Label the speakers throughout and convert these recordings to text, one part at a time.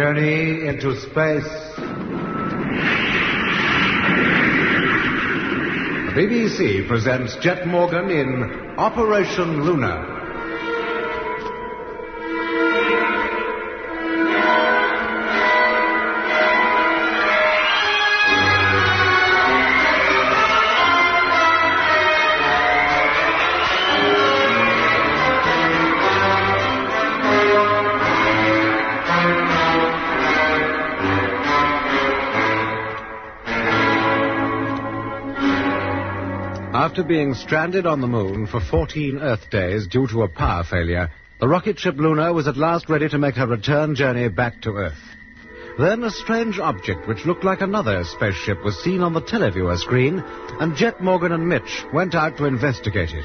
Speaker 1: Journey into space. The BBC presents Jet Morgan in Operation Luna. After being stranded on the moon for 14 Earth days due to a power failure, the rocket ship Luna was at last ready to make her return journey back to Earth. Then a strange object which looked like another spaceship was seen on the televiewer screen, and Jet Morgan and Mitch went out to investigate it.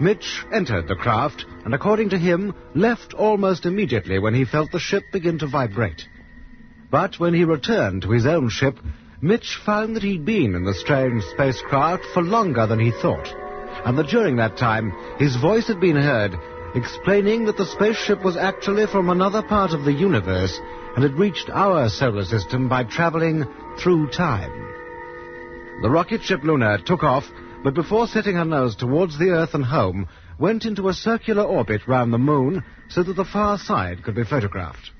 Speaker 1: Mitch entered the craft, and according to him, left almost immediately when he felt the ship begin to vibrate. But when he returned to his own ship, Mitch found that he'd been in the strange spacecraft for longer than he thought, and that during that time his voice had been heard explaining that the spaceship was actually from another part of the universe and had reached our solar system by traveling through time. The rocket ship Luna took off, but before setting her nose towards the Earth and home, went into a circular orbit round the moon so that the far side could be photographed.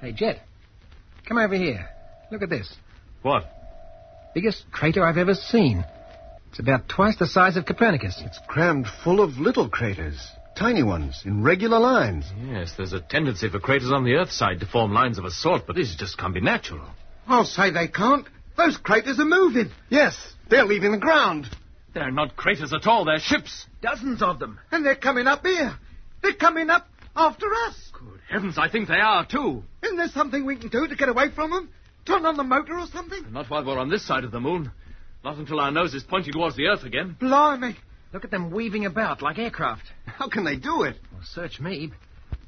Speaker 2: Hey, Jet, come over here. Look at this.
Speaker 3: What?
Speaker 2: Biggest crater I've ever seen. It's about twice the size of Copernicus.
Speaker 4: It's crammed full of little craters, tiny ones in regular lines.
Speaker 3: Yes, there's a tendency for craters on the Earth side to form lines of a sort, but these just can't be natural.
Speaker 4: I'll say they can't. Those craters are moving. Yes, they're leaving the ground.
Speaker 3: They're not craters at all, they're ships.
Speaker 5: Dozens of them.
Speaker 4: And they're coming up here. They're coming up after us.
Speaker 3: Good heavens, I think they are, too.
Speaker 4: Isn't there something we can do to get away from them? Turn on the motor or something?
Speaker 3: Not while we're on this side of the moon. Not until our nose is pointing towards the Earth again.
Speaker 4: Blimey.
Speaker 2: Look at them weaving about like aircraft.
Speaker 4: How can they do it?
Speaker 2: Well, search me.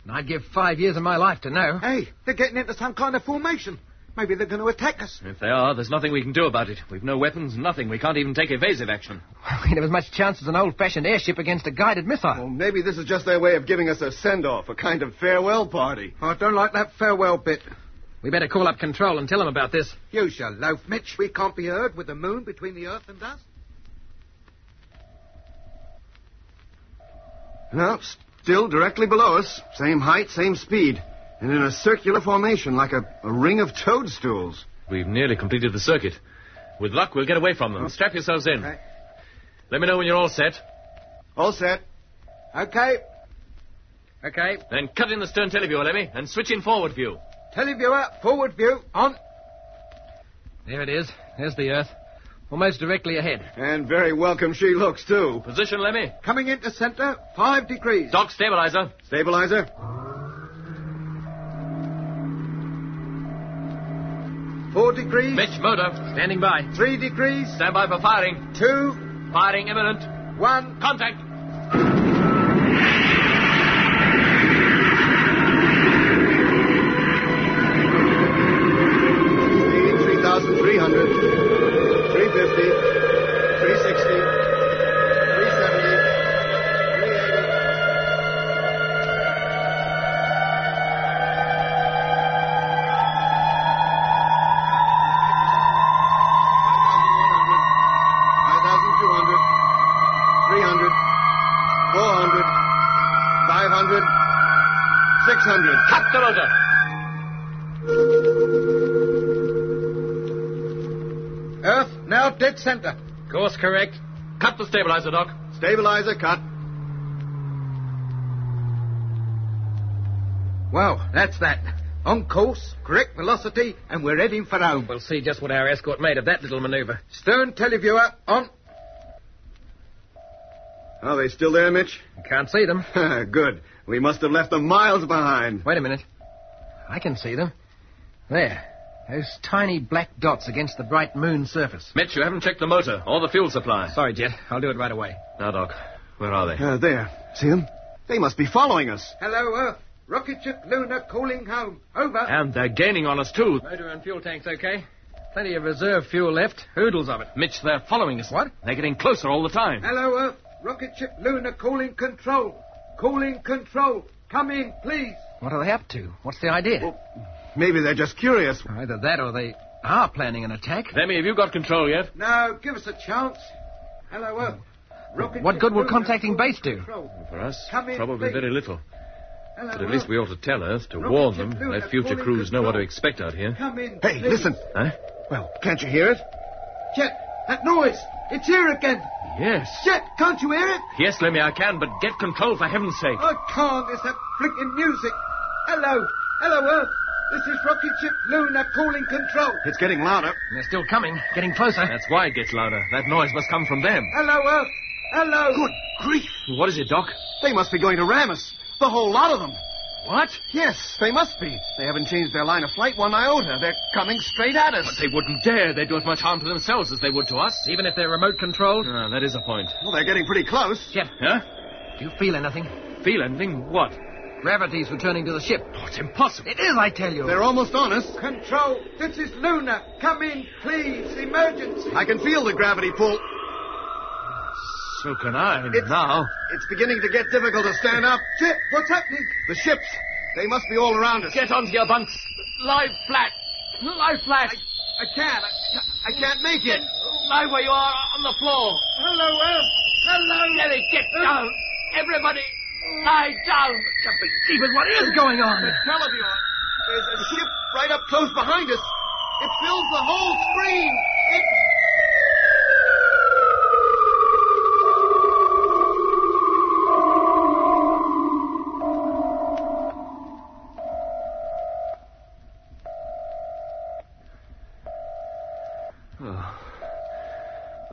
Speaker 2: And I'd give five years of my life to know.
Speaker 4: Hey, they're getting into some kind of formation. Maybe they're going to attack us.
Speaker 3: If they are, there's nothing we can do about it. We've no weapons, nothing. We can't even take evasive action.
Speaker 2: I mean, there was much chance as an old-fashioned airship against a guided missile.
Speaker 4: Well, maybe this is just their way of giving us a send off, a kind of farewell party.
Speaker 5: I don't like that farewell bit.
Speaker 2: We better call up control and tell them about this.
Speaker 5: You shall loaf, Mitch. We can't be heard with the moon between the earth and us.
Speaker 4: No, still directly below us. Same height, same speed. And in a circular formation, like a, a ring of toadstools.
Speaker 3: We've nearly completed the circuit. With luck, we'll get away from them. Strap yourselves in.
Speaker 5: Right.
Speaker 3: Let me know when you're all set.
Speaker 4: All set.
Speaker 5: Okay,
Speaker 2: Okay.
Speaker 3: Then cut in the stern televiewer, Lemmy, and switch in forward view.
Speaker 5: televiewer, forward view, on.
Speaker 2: There it is. There's the Earth. Almost directly ahead.
Speaker 4: And very welcome she looks, too.
Speaker 3: Position, Lemmy.
Speaker 5: Coming into center, five degrees.
Speaker 3: Dock stabilizer.
Speaker 4: Stabilizer?
Speaker 5: Four degrees,
Speaker 3: Mitch, motor.
Speaker 2: Standing by.
Speaker 5: three degrees,
Speaker 3: Stand by for firing.
Speaker 5: two,
Speaker 3: Firing imminent.
Speaker 5: one.
Speaker 3: Contact.
Speaker 4: Speed 3,300, 350, 360, 370, 380.
Speaker 3: Cut the motor.
Speaker 5: Earth now dead center.
Speaker 2: Course correct.
Speaker 3: Cut the stabilizer, Doc.
Speaker 4: Stabilizer cut.
Speaker 5: Well, that's that. On course, correct velocity, and we're heading for home.
Speaker 2: We'll see just what our escort made of that little maneuver.
Speaker 5: Stern televiewer on.
Speaker 4: Are they still there, Mitch?
Speaker 2: Can't see them.
Speaker 4: Good. We must have left them miles behind.
Speaker 2: Wait a minute. I can see them. There. Those tiny black dots against the bright moon surface.
Speaker 3: Mitch, you haven't checked the motor or the fuel supply.
Speaker 2: Sorry, Jet. I'll do it right away.
Speaker 3: Now, Doc, where are they?
Speaker 4: Uh, there. See them? They must be following us.
Speaker 5: Hello, Earth. Rocket ship Luna calling home. Over.
Speaker 3: And they're gaining on us, too.
Speaker 2: Motor and fuel tanks okay. Plenty of reserve fuel left. Oodles of it.
Speaker 3: Mitch, they're following us.
Speaker 2: What?
Speaker 3: They're getting closer all the time.
Speaker 5: Hello, Earth. Rocket ship Luna calling control. Calling control. Come in, please.
Speaker 2: What are they up to? What's the idea?
Speaker 4: Maybe they're just curious.
Speaker 2: Either that or they are planning an attack.
Speaker 3: Lemmy, have you got control yet?
Speaker 5: Now, give us a chance. Hello, Earth. Rocket
Speaker 2: What
Speaker 5: ship
Speaker 2: good will
Speaker 5: Luna
Speaker 2: contacting
Speaker 5: full
Speaker 2: base do?
Speaker 5: control.
Speaker 3: For us,
Speaker 5: Come in,
Speaker 3: probably
Speaker 5: please.
Speaker 3: very little.
Speaker 5: Hello,
Speaker 3: But at
Speaker 5: Earth.
Speaker 3: least we ought to tell Earth to
Speaker 5: Rocket
Speaker 3: warn
Speaker 5: ship
Speaker 3: them,
Speaker 5: Luna
Speaker 3: let future
Speaker 5: full
Speaker 3: crews know what to
Speaker 5: control.
Speaker 3: expect out here.
Speaker 5: Come in.
Speaker 4: Hey,
Speaker 5: please.
Speaker 4: listen.
Speaker 3: Huh?
Speaker 4: Well, can't you hear it?
Speaker 5: Jet, that noise. It's here again.
Speaker 3: Yes.
Speaker 5: Jet, can't you hear it?
Speaker 3: Yes, Lemmy, I can, but get control for heaven's sake.
Speaker 5: I can't. It's that freaking music. Hello. Hello, Earth. This is Rocket Ship Luna calling control.
Speaker 4: It's getting louder.
Speaker 2: And They're still coming, getting closer.
Speaker 3: That's why it gets louder. That noise must come from them.
Speaker 5: Hello, Earth. Hello.
Speaker 4: Good grief.
Speaker 3: What is it, Doc?
Speaker 4: They must be going to ram us. The whole lot of them.
Speaker 3: What?
Speaker 4: Yes, they must be. They haven't changed their line of flight one iota. They're coming straight at us.
Speaker 3: They wouldn't dare. They'd do as much harm to themselves as they would to us.
Speaker 2: Even if they're remote controlled.
Speaker 3: Ah, that is a point.
Speaker 4: Well, they're getting pretty close.
Speaker 2: Jet,
Speaker 3: Huh?
Speaker 2: do you feel anything?
Speaker 3: Feel anything? What?
Speaker 2: Gravity's returning to the ship.
Speaker 3: Oh, it's impossible.
Speaker 2: It is, I tell you.
Speaker 4: They're almost on us.
Speaker 5: Control, this is Luna. Come in, please. Emergency.
Speaker 4: I can feel the gravity pull.
Speaker 3: So can I
Speaker 4: It's-
Speaker 3: now.
Speaker 4: It's beginning to get difficult to stand up.
Speaker 5: Jet, what's happening?
Speaker 4: The ships, they must be all around us.
Speaker 3: Get onto your bunks. Lie flat. Lie flat.
Speaker 5: I can't.
Speaker 4: I can't make it.
Speaker 3: Lie where you are on the floor.
Speaker 5: Hello, Earth. Hello.
Speaker 3: Nelly, get down. Everybody, lie down. Jumping deep what is going on?
Speaker 4: Televion, there's a ship right up close behind us. It fills the whole screen. It...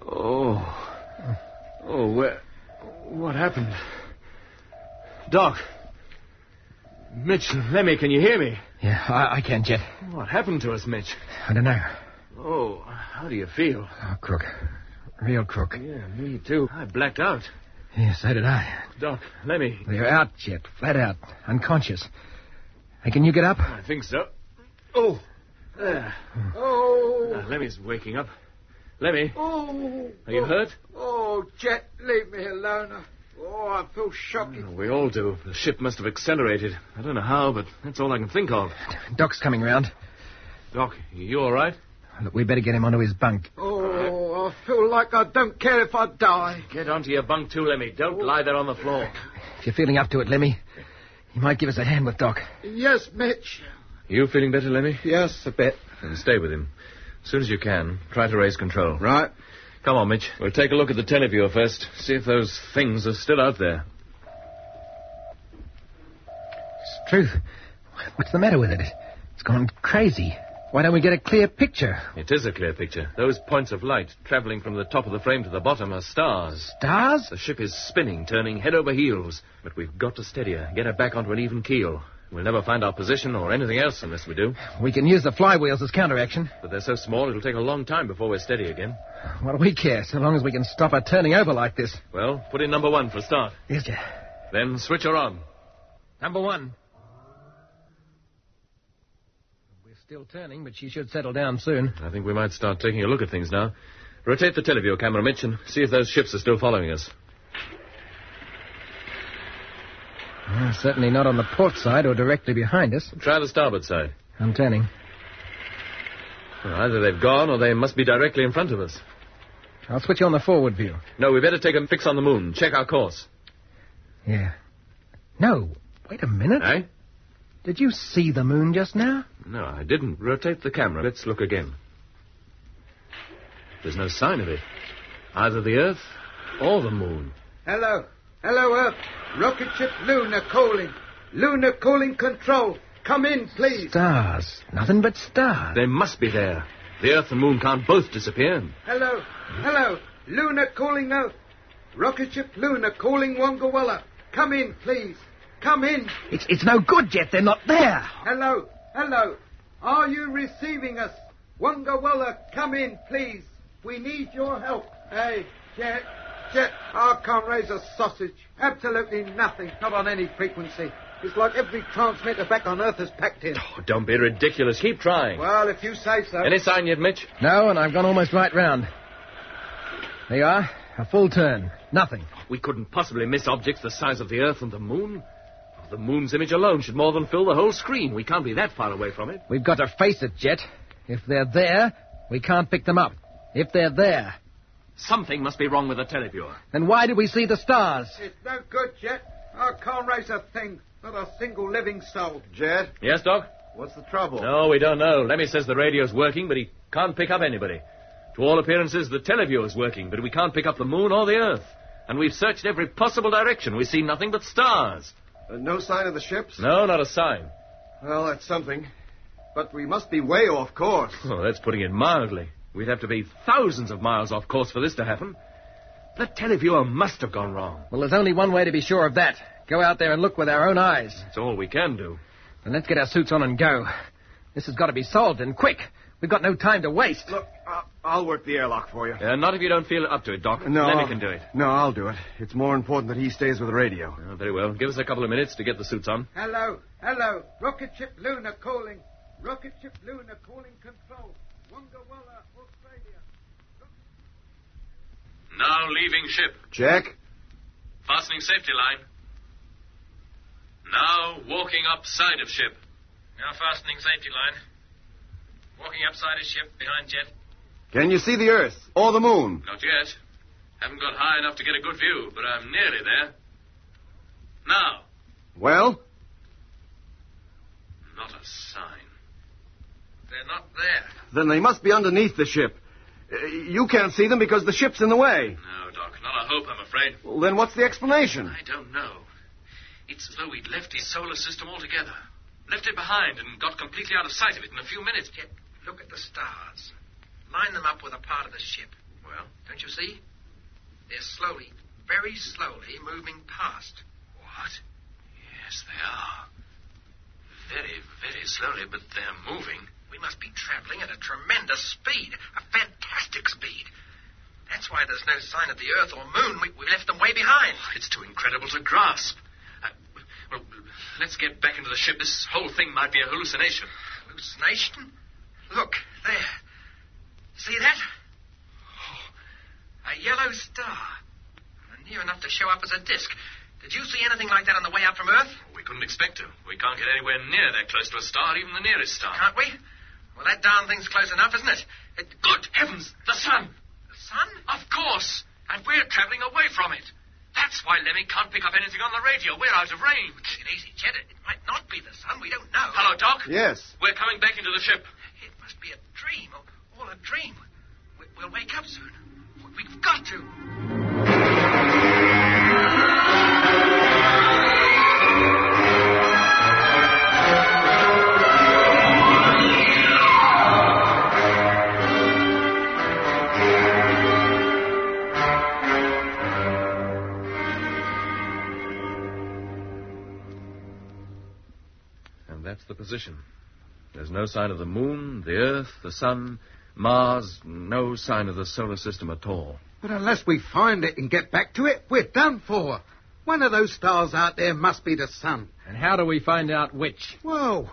Speaker 3: Oh. Oh, where. What happened? Doc. Mitch, Lemmy, can you hear me?
Speaker 2: Yeah, I, I can, Jet.
Speaker 3: What happened to us, Mitch?
Speaker 2: I don't know.
Speaker 3: Oh, how do you feel?
Speaker 2: Oh, crook. Real crook.
Speaker 3: Yeah, me too. I blacked out.
Speaker 2: Yes, so did I.
Speaker 3: Doc, Lemmy,
Speaker 2: They're out, Jet. Flat out. Unconscious. Hey, can you get up?
Speaker 3: I think so. Oh, there.
Speaker 5: Oh.
Speaker 3: Now, Lemmy's waking up. Lemmy,
Speaker 5: Oh.
Speaker 3: are you hurt?
Speaker 5: Oh, Jet, leave me alone. Oh, I feel shocking.
Speaker 3: Oh, we all do. The ship must have accelerated. I don't know how, but that's all I can think of.
Speaker 2: Doc's coming round.
Speaker 3: Doc, you all right?
Speaker 2: Look, we better get him onto his bunk.
Speaker 5: Oh, I feel like I don't care if I die.
Speaker 3: Get onto your bunk too, Lemmy. Don't lie there on the floor.
Speaker 2: If you're feeling up to it, Lemmy, you might give us a hand with Doc.
Speaker 5: Yes, Mitch.
Speaker 3: You feeling better, Lemmy?
Speaker 4: Yes, a bit.
Speaker 3: Then stay with him. As soon as you can, try to raise control.
Speaker 4: Right.
Speaker 3: Come on, Mitch. We'll take a look at the televiewer first. See if those things are still out there.
Speaker 2: It's truth. What's the matter with it? It's gone crazy. Why don't we get a clear picture?
Speaker 3: It is a clear picture. Those points of light traveling from the top of the frame to the bottom are stars.
Speaker 2: Stars?
Speaker 3: The ship is spinning, turning head over heels. But we've got to steady her, get her back onto an even keel. We'll never find our position or anything else unless we do.
Speaker 2: We can use the flywheels as counteraction.
Speaker 3: But they're so small, it'll take a long time before we're steady again.
Speaker 2: What do we care, so long as we can stop her turning over like this?
Speaker 3: Well, put in number one for a start.
Speaker 2: Yes, Jet.
Speaker 3: Then switch her on.
Speaker 2: Number one. We're still turning, but she should settle down soon.
Speaker 3: I think we might start taking a look at things now. Rotate the teleview camera, Mitch, and see if those ships are still following us.
Speaker 2: Uh, certainly not on the port side or directly behind us.
Speaker 3: Try the starboard side.
Speaker 2: I'm turning.
Speaker 3: Well, either they've gone or they must be directly in front of us.
Speaker 2: I'll switch on the forward view.
Speaker 3: No, we better take a fix on the moon. Check our course.
Speaker 2: Yeah. No, wait a minute.
Speaker 3: Eh?
Speaker 2: Did you see the moon just now?
Speaker 3: No, I didn't. Rotate the camera. Let's look again. There's no sign of it. Either the Earth or the Moon.
Speaker 5: Hello. Hello, Earth. Rocket ship Luna calling. Luna calling control. Come in, please.
Speaker 2: Stars. Nothing but stars.
Speaker 3: They must be there. The Earth and Moon can't both disappear.
Speaker 5: Hello. Hello. Luna calling Earth. Rocket ship Luna calling Wongawalla. Come in, please. Come in.
Speaker 2: It's, it's no good, Jet. They're not there.
Speaker 5: Hello. Hello. Are you receiving us? Wongawalla, come in, please. We need your help. Hey, Jet. Jet, I can't raise a sausage. Absolutely nothing. Not on any frequency. It's like every transmitter back on Earth is packed in.
Speaker 3: Oh, don't be ridiculous. Keep trying.
Speaker 5: Well, if you say so.
Speaker 3: Any sign yet, Mitch?
Speaker 2: No, and I've gone almost right round. There you are. A full turn. Nothing.
Speaker 3: We couldn't possibly miss objects the size of the Earth and the Moon. The moon's image alone should more than fill the whole screen. We can't be that far away from it.
Speaker 2: We've got to face it, Jet. If they're there, we can't pick them up. If they're there,
Speaker 3: Something must be wrong with the televiewer.
Speaker 2: then why did we see the stars?
Speaker 5: It's no good, Jet. I can't raise a thing. Not a single living soul.
Speaker 4: Jed,
Speaker 3: Yes, Doc?
Speaker 4: what's the trouble?
Speaker 3: No, we don't know. Lemmy says the radio's working, but he can't pick up anybody. To all appearances, the televiewer's working, but we can't pick up the moon or the earth. And we've searched every possible direction. We see nothing but stars.
Speaker 4: Uh, no sign of the ships?
Speaker 3: No, not a sign.
Speaker 4: Well, that's something. But we must be way off course.
Speaker 3: Oh, that's putting it mildly. We'd have to be thousands of miles off course for this to happen. The televiewer must have gone wrong.
Speaker 2: Well, there's only one way to be sure of that. Go out there and look with our own eyes.
Speaker 3: It's all we can do.
Speaker 2: And let's get our suits on and go. This has got to be solved and quick. We've got no time to waste.
Speaker 4: Look, I- I'll work the airlock for you.
Speaker 3: Uh, not if you don't feel up to it, Doc.
Speaker 4: No.
Speaker 3: Lemmy can do it.
Speaker 4: No, I'll do it. It's more important that he stays with the radio.
Speaker 3: Oh, very well. Give us a couple of minutes to get the suits on.
Speaker 5: Hello, hello. Rocket ship Luna calling. Rocket ship Luna calling control. Wongawala, Australia.
Speaker 3: Now leaving ship.
Speaker 4: Jack?
Speaker 3: Fastening safety line. Now walking up side of ship.
Speaker 6: Now fastening safety line. Walking upside his ship behind Jet.
Speaker 4: Can you see the Earth or the Moon?
Speaker 3: Not yet. Haven't got high enough to get a good view, but I'm nearly there. Now.
Speaker 4: Well,
Speaker 3: Not a sign.
Speaker 6: They're not there.
Speaker 4: then they must be underneath the ship. Uh, You can't see them because the ship's in the way.
Speaker 3: No, Doc. Not a hope, I'm afraid.
Speaker 4: Well, then what's the explanation?
Speaker 3: I don't know. It's as though we'd left his solar system altogether. Left it behind and got completely out of sight of it in a few minutes.
Speaker 6: Jet, look at the stars. Line them up with a part of the ship.
Speaker 3: Well,
Speaker 6: Don't you see? They're slowly, very slowly moving past.
Speaker 3: what? Yes, they are. Very, very slowly, but they're moving.
Speaker 6: We must be traveling at a tremendous speed, a fantastic speed. That's why there's no sign of the Earth or Moon. We, we left them way behind.
Speaker 3: It's too incredible to grasp. Uh, well, let's get back into the ship. This whole thing might be a hallucination.
Speaker 6: Hallucination? Look, there. See that?
Speaker 3: Oh.
Speaker 6: A yellow star. Near enough to show up as a disk. Did you see anything like that on the way up from Earth?
Speaker 3: We couldn't expect to. We can't get anywhere near that close to a star, even the nearest star.
Speaker 6: Can't we? Well, that darn thing's close enough, isn't it? it
Speaker 3: Good heavens! The sun!
Speaker 6: the sun?
Speaker 3: Of course! And we're traveling away from it. That's why Lemmy can't pick up anything on the radio. We're out of range.
Speaker 6: Take it easy, Chet. It might not be the sun. We don't know.
Speaker 3: Hello, Doc.
Speaker 4: Yes.
Speaker 3: We're coming back into the ship.
Speaker 6: It must be a dream. or- All a dream. We- We'll wake up soon. We've got to.
Speaker 3: And that's the position. There's no sign of the moon, the earth, the sun, Mars, no sign of the solar system at all.
Speaker 5: But unless we find it and get back to it, we're done for. One of those stars out there must be the sun.
Speaker 2: And how do we find out which?
Speaker 5: Whoa.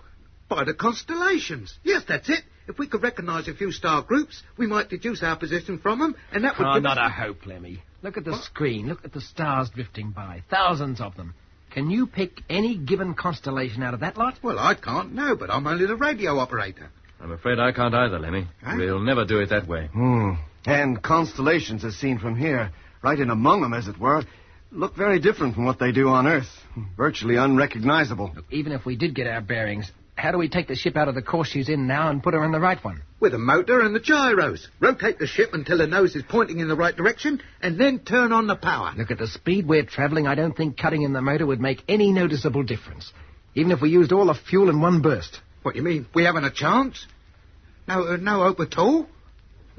Speaker 5: By the constellations. Yes, that's it. If we could recognize a few star groups, we might deduce our position from them, and that would
Speaker 2: Oh,
Speaker 5: give
Speaker 2: not a
Speaker 5: us...
Speaker 2: hope, Lemmy. Look at the screen. Look at the stars drifting by. Thousands of them. Can you pick any given constellation out of that lot?
Speaker 5: Well, I can't know, but I'm only the radio operator.
Speaker 3: I'm afraid I can't either, Lemmy.
Speaker 5: Huh?
Speaker 3: We'll never do it that way.
Speaker 4: Hmm. And constellations, as seen from here, right in among them, as it were, look very different from what they do on Earth. Virtually unrecognizable.
Speaker 2: Even if we did get our bearings, how do we take the ship out of the course she's in now and put her in the right one?
Speaker 5: With a motor and the gyros. Rotate the ship until the nose is pointing in the right direction, and then turn on the power.
Speaker 2: Look at the speed we're traveling. I don't think cutting in the motor would make any noticeable difference. Even if we used all the fuel in one burst.
Speaker 5: What do you mean? We haven't a chance? No, uh, no hope at all?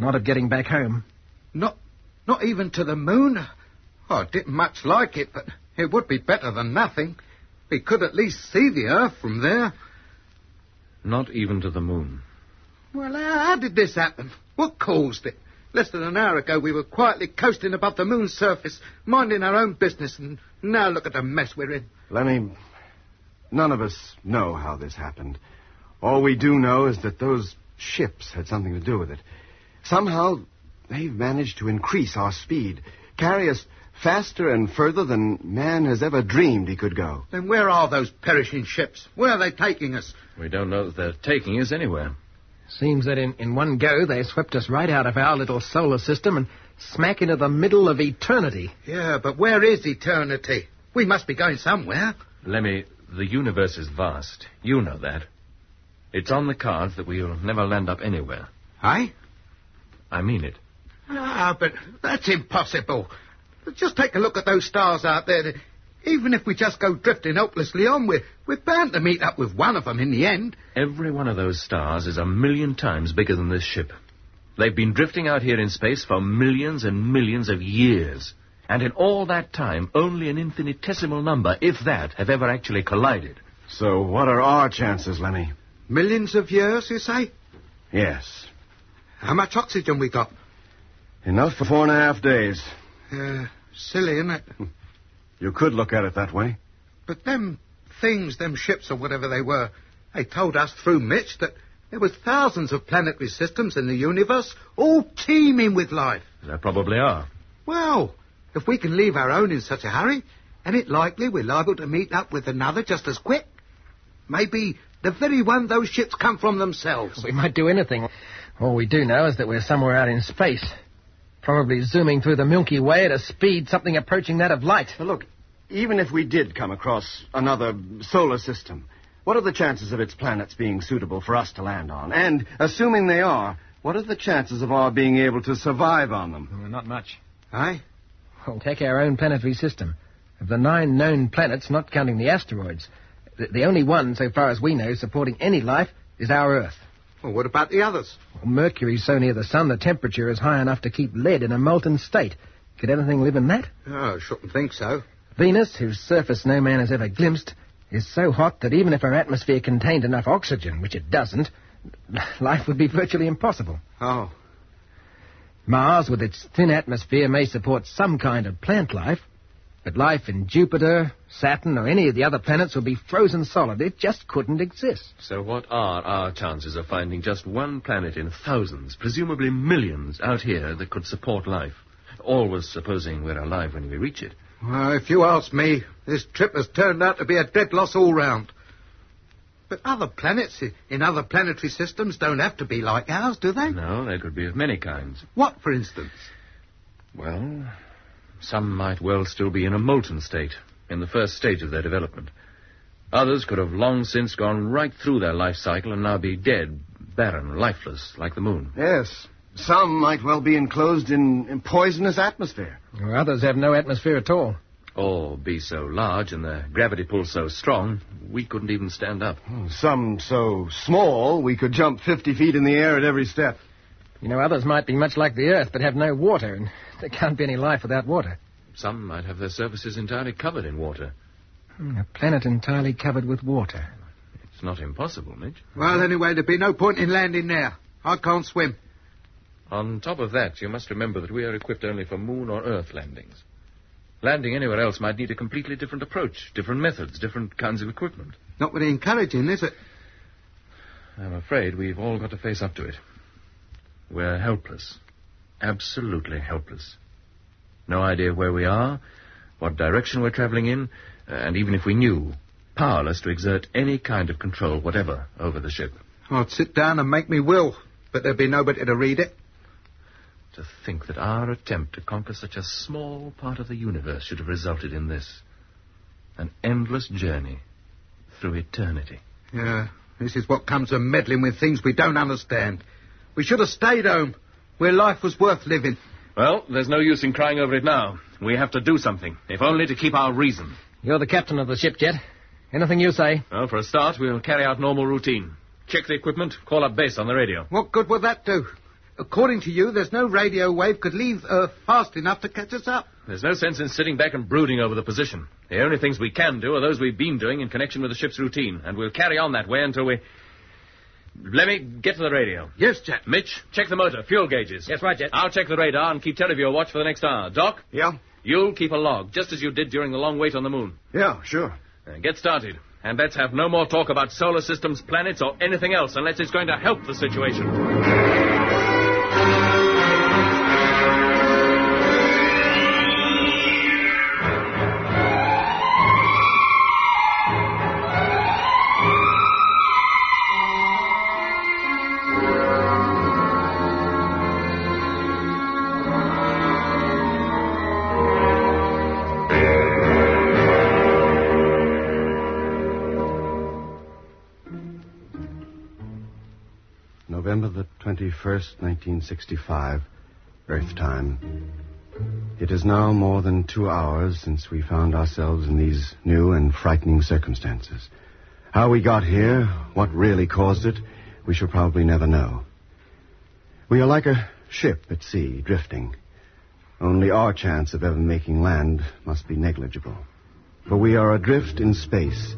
Speaker 2: Not of getting back home.
Speaker 5: Not, not even to the moon? Oh, I didn't much like it, but it would be better than nothing. We could at least see the Earth from there.
Speaker 3: Not even to the moon.
Speaker 5: Well, how how did this happen? What caused it? Less than an hour ago, we were quietly coasting above the moon's surface, minding our own business, and now look at the mess we're in.
Speaker 4: Lemmy, none of us know how this happened. All we do know is that those ships had something to do with it. Somehow, they've managed to increase our speed, carry us faster and further than man has ever dreamed he could go.
Speaker 5: Then where are those perishing ships? Where are they taking us?
Speaker 3: We don't know that they're taking us anywhere.
Speaker 2: Seems that in, in one go they swept us right out of our little solar system and smack into the middle of eternity.
Speaker 5: Yeah, but where is eternity? We must be going somewhere.
Speaker 3: Lemmy, the universe is vast. You know that. It's on the cards that we'll never land up anywhere.
Speaker 5: Aye?
Speaker 3: I mean it.
Speaker 5: Ah, but that's impossible. But Just take a look at those stars out there. Even if we just go drifting helplessly on, we're, we're bound to meet up with one of them in the end.
Speaker 3: Every one of those stars is a million times bigger than this ship. They've been drifting out here in space for millions and millions of years. And in all that time, only an infinitesimal number, if that, have ever actually collided.
Speaker 4: So, what are our chances, Lemmy?
Speaker 5: Millions of years, you say?
Speaker 4: Yes.
Speaker 5: How much oxygen we got?
Speaker 4: Enough for four and a half days.
Speaker 5: Uh, silly, isn't it?
Speaker 4: You could look at it that way.
Speaker 5: But them things, them ships or whatever they were, they told us through Mitch that there was thousands of planetary systems in the universe, all teeming with life.
Speaker 3: There probably are.
Speaker 5: Well, if we can leave our own in such a hurry, and it likely we're liable to meet up with another just as quick. Maybe the very one those ships come from themselves.
Speaker 2: We might do anything. All we do know is that we're somewhere out in space, probably zooming through the Milky Way at a speed something approaching that of light.
Speaker 4: But look, even if we did come across another solar system, what are the chances of its planets being suitable for us to land on? And, assuming they are, what are the chances of our being able to survive on them?
Speaker 2: Not much.
Speaker 5: Aye?
Speaker 2: Well, take our own planetary system. Of the nine known planets, not counting the asteroids, the, the only one, so far as we know, supporting any life is our Earth.
Speaker 5: Well, what about the others?
Speaker 2: Mercury's so near the sun, the temperature is high enough to keep lead in a molten state. Could anything live in that?
Speaker 5: Oh, I shouldn't think so.
Speaker 2: Venus, whose surface no man has ever glimpsed, is so hot that even if her atmosphere contained enough oxygen, which it doesn't, life would be virtually impossible.
Speaker 5: Oh.
Speaker 2: Mars, with its thin atmosphere, may support some kind of plant life, but life in Jupiter, Saturn, or any of the other planets would be frozen solid. It just couldn't exist.
Speaker 3: So what are our chances of finding just one planet in thousands, presumably millions, out here that could support life? Always supposing we're alive when we reach it.
Speaker 5: Well, Uh, if you ask me, this trip has turned out to be a dead loss all round. But other planets i- in other planetary systems don't have to be like ours, do they?
Speaker 3: No, they could be of many kinds.
Speaker 5: What, for instance?
Speaker 3: Well, some might well still be in a molten state, in the first stage of their development. Others could have long since gone right through their life cycle and now be dead, barren, lifeless, like the moon.
Speaker 4: Yes. Some might well be enclosed in, in poisonous atmosphere.
Speaker 2: Or others have no atmosphere at all.
Speaker 3: Or be so large and their gravity pull so strong, we couldn't even stand up.
Speaker 4: Some so small we could jump 50 feet in the air at every step.
Speaker 2: You know, others might be much like the Earth, but have no water, and there can't be any life without water.
Speaker 3: Some might have their surfaces entirely covered in water.
Speaker 2: Hmm, A planet entirely covered with water.
Speaker 3: It's not impossible, Mitch.
Speaker 5: Well, anyway, there'd be no point in landing there. I can't swim.
Speaker 3: On top of that, you must remember that we are equipped only for moon or earth landings. Landing anywhere else might need a completely different approach, different methods, different kinds of equipment.
Speaker 5: Not very encouraging, is it?
Speaker 3: I'm afraid we've all got to face up to it. We're helpless. Absolutely helpless. No idea where we are, what direction we're traveling in, and even if we knew, powerless to exert any kind of control whatever over the ship.
Speaker 5: I'd sit down and make me will, but there'd be nobody to read it.
Speaker 3: To think that our attempt to conquer such a small part of the universe should have resulted in this an endless journey through eternity.
Speaker 5: Yeah, this is what comes of meddling with things we don't understand. We should have stayed home, where life was worth living.
Speaker 3: Well, there's no use in crying over it now. We have to do something, if only to keep our reason.
Speaker 2: You're the captain of the ship, Jet. Anything you say?
Speaker 3: Well, for a start, we'll carry out normal routine. Check the equipment, call up base on the radio.
Speaker 5: What good would that do? According to you, there's no radio wave could leave Earth fast enough to catch us up.
Speaker 3: There's no sense in sitting back and brooding over the position. The only things we can do are those we've been doing in connection with the ship's routine, and we'll carry on that way until we. Lemmy, get to the radio.
Speaker 5: Yes, Jack.
Speaker 3: Mitch, check the motor, fuel gauges.
Speaker 2: Yes, right, Jet.
Speaker 3: I'll check the radar and keep televiewer watch for the next hour. Doc,
Speaker 4: Yeah?
Speaker 3: you'll keep a log, just as you did during the long wait on the moon.
Speaker 4: Yeah, sure.
Speaker 3: Uh, get started. And let's have no more talk about solar systems, planets, or anything else unless it's going to help the situation.
Speaker 4: November the 21st, 1965, Earth time. It is now more than two hours since we found ourselves in these new and frightening circumstances. How we got here, what really caused it, we shall probably never know. We are like a ship at sea, drifting. Only our chance of ever making land must be negligible. For we are adrift in space,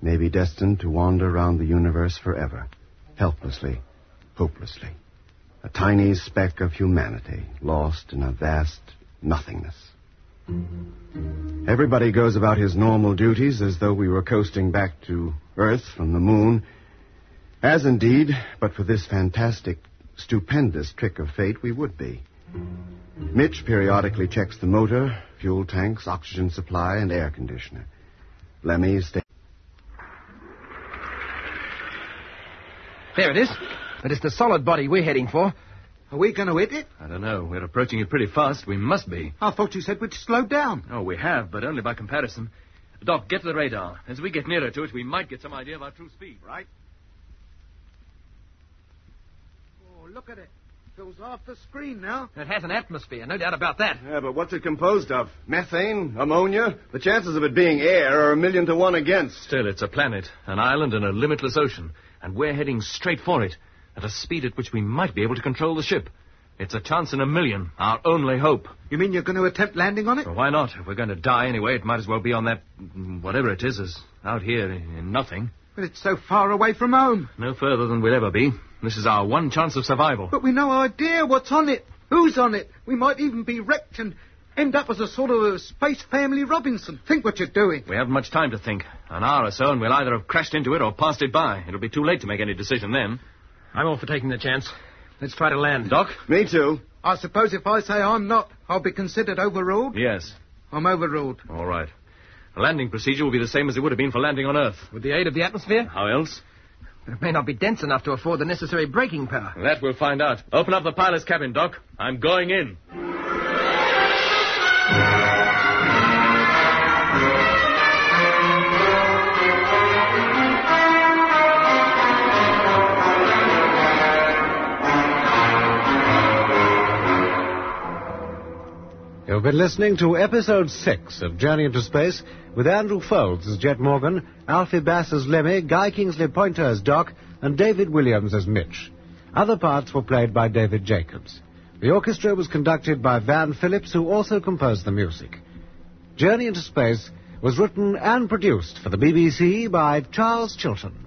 Speaker 4: maybe destined to wander round the universe forever, helplessly, hopelessly. A tiny speck of humanity lost in a vast nothingness. Everybody goes about his normal duties as though we were coasting back to Earth from the moon. As indeed, but for this fantastic, stupendous trick of fate, we would be. Mitch periodically checks the motor, fuel tanks, oxygen supply, and air conditioner. Lemmy stays.
Speaker 2: There it is. But it's the solid body we're heading for.
Speaker 5: Are we going to hit it?
Speaker 3: I don't know. We're approaching it pretty fast. We must be.
Speaker 5: I thought you said we'd slow down.
Speaker 3: Oh, we have, but only by comparison. Doc, get the radar. As we get nearer to it, we might get some idea of our true speed.
Speaker 4: Right.
Speaker 5: Oh, look at it. Fills half the screen now.
Speaker 2: It has an atmosphere, no doubt about that.
Speaker 4: Yeah, but what's it composed of? Methane? Ammonia? The chances of it being air are a million to one against.
Speaker 3: Still, it's a planet, an island, and a limitless ocean, and we're heading straight for it at a speed at which we might be able to control the ship. It's a chance in a million, our only hope.
Speaker 5: You mean you're going to attempt landing on it?
Speaker 3: Well, why not? If we're going to die anyway, it might as well be on that mm, whatever it is, as out here in in nothing.
Speaker 5: But it's so far away from home.
Speaker 3: No further than we'll ever be. This is our one chance of survival.
Speaker 5: But we no idea what's on it, who's on it. We might even be wrecked and end up as a sort of a space family Robinson. Think what you're doing.
Speaker 3: We haven't much time to think. An hour or so, and we'll either have crashed into it or passed it by. It'll be too late to make any decision then.
Speaker 2: I'm all for taking the chance. Let's try to land.
Speaker 3: Doc?
Speaker 4: Me too.
Speaker 5: I suppose if I say I'm not, I'll be considered overruled.
Speaker 3: Yes.
Speaker 5: I'm overruled.
Speaker 3: All right. The landing procedure will be the same as it would have been for landing on Earth.
Speaker 2: With the aid of the atmosphere?
Speaker 3: How else?
Speaker 2: But it may not be dense enough to afford the necessary braking power.
Speaker 3: That we'll find out. Open up the pilot's cabin, Doc. I'm going in.
Speaker 1: You've been listening to episode six of Journey into Space with Andrew Folds as Jet Morgan, Alfie Bass as Lemmy, Guy Kingsley Pointer as Doc, and David Williams as Mitch. Other parts were played by David Jacobs. The orchestra was conducted by Van Phillips, who also composed the music. Journey into Space was written and produced for the BBC by Charles Chilton.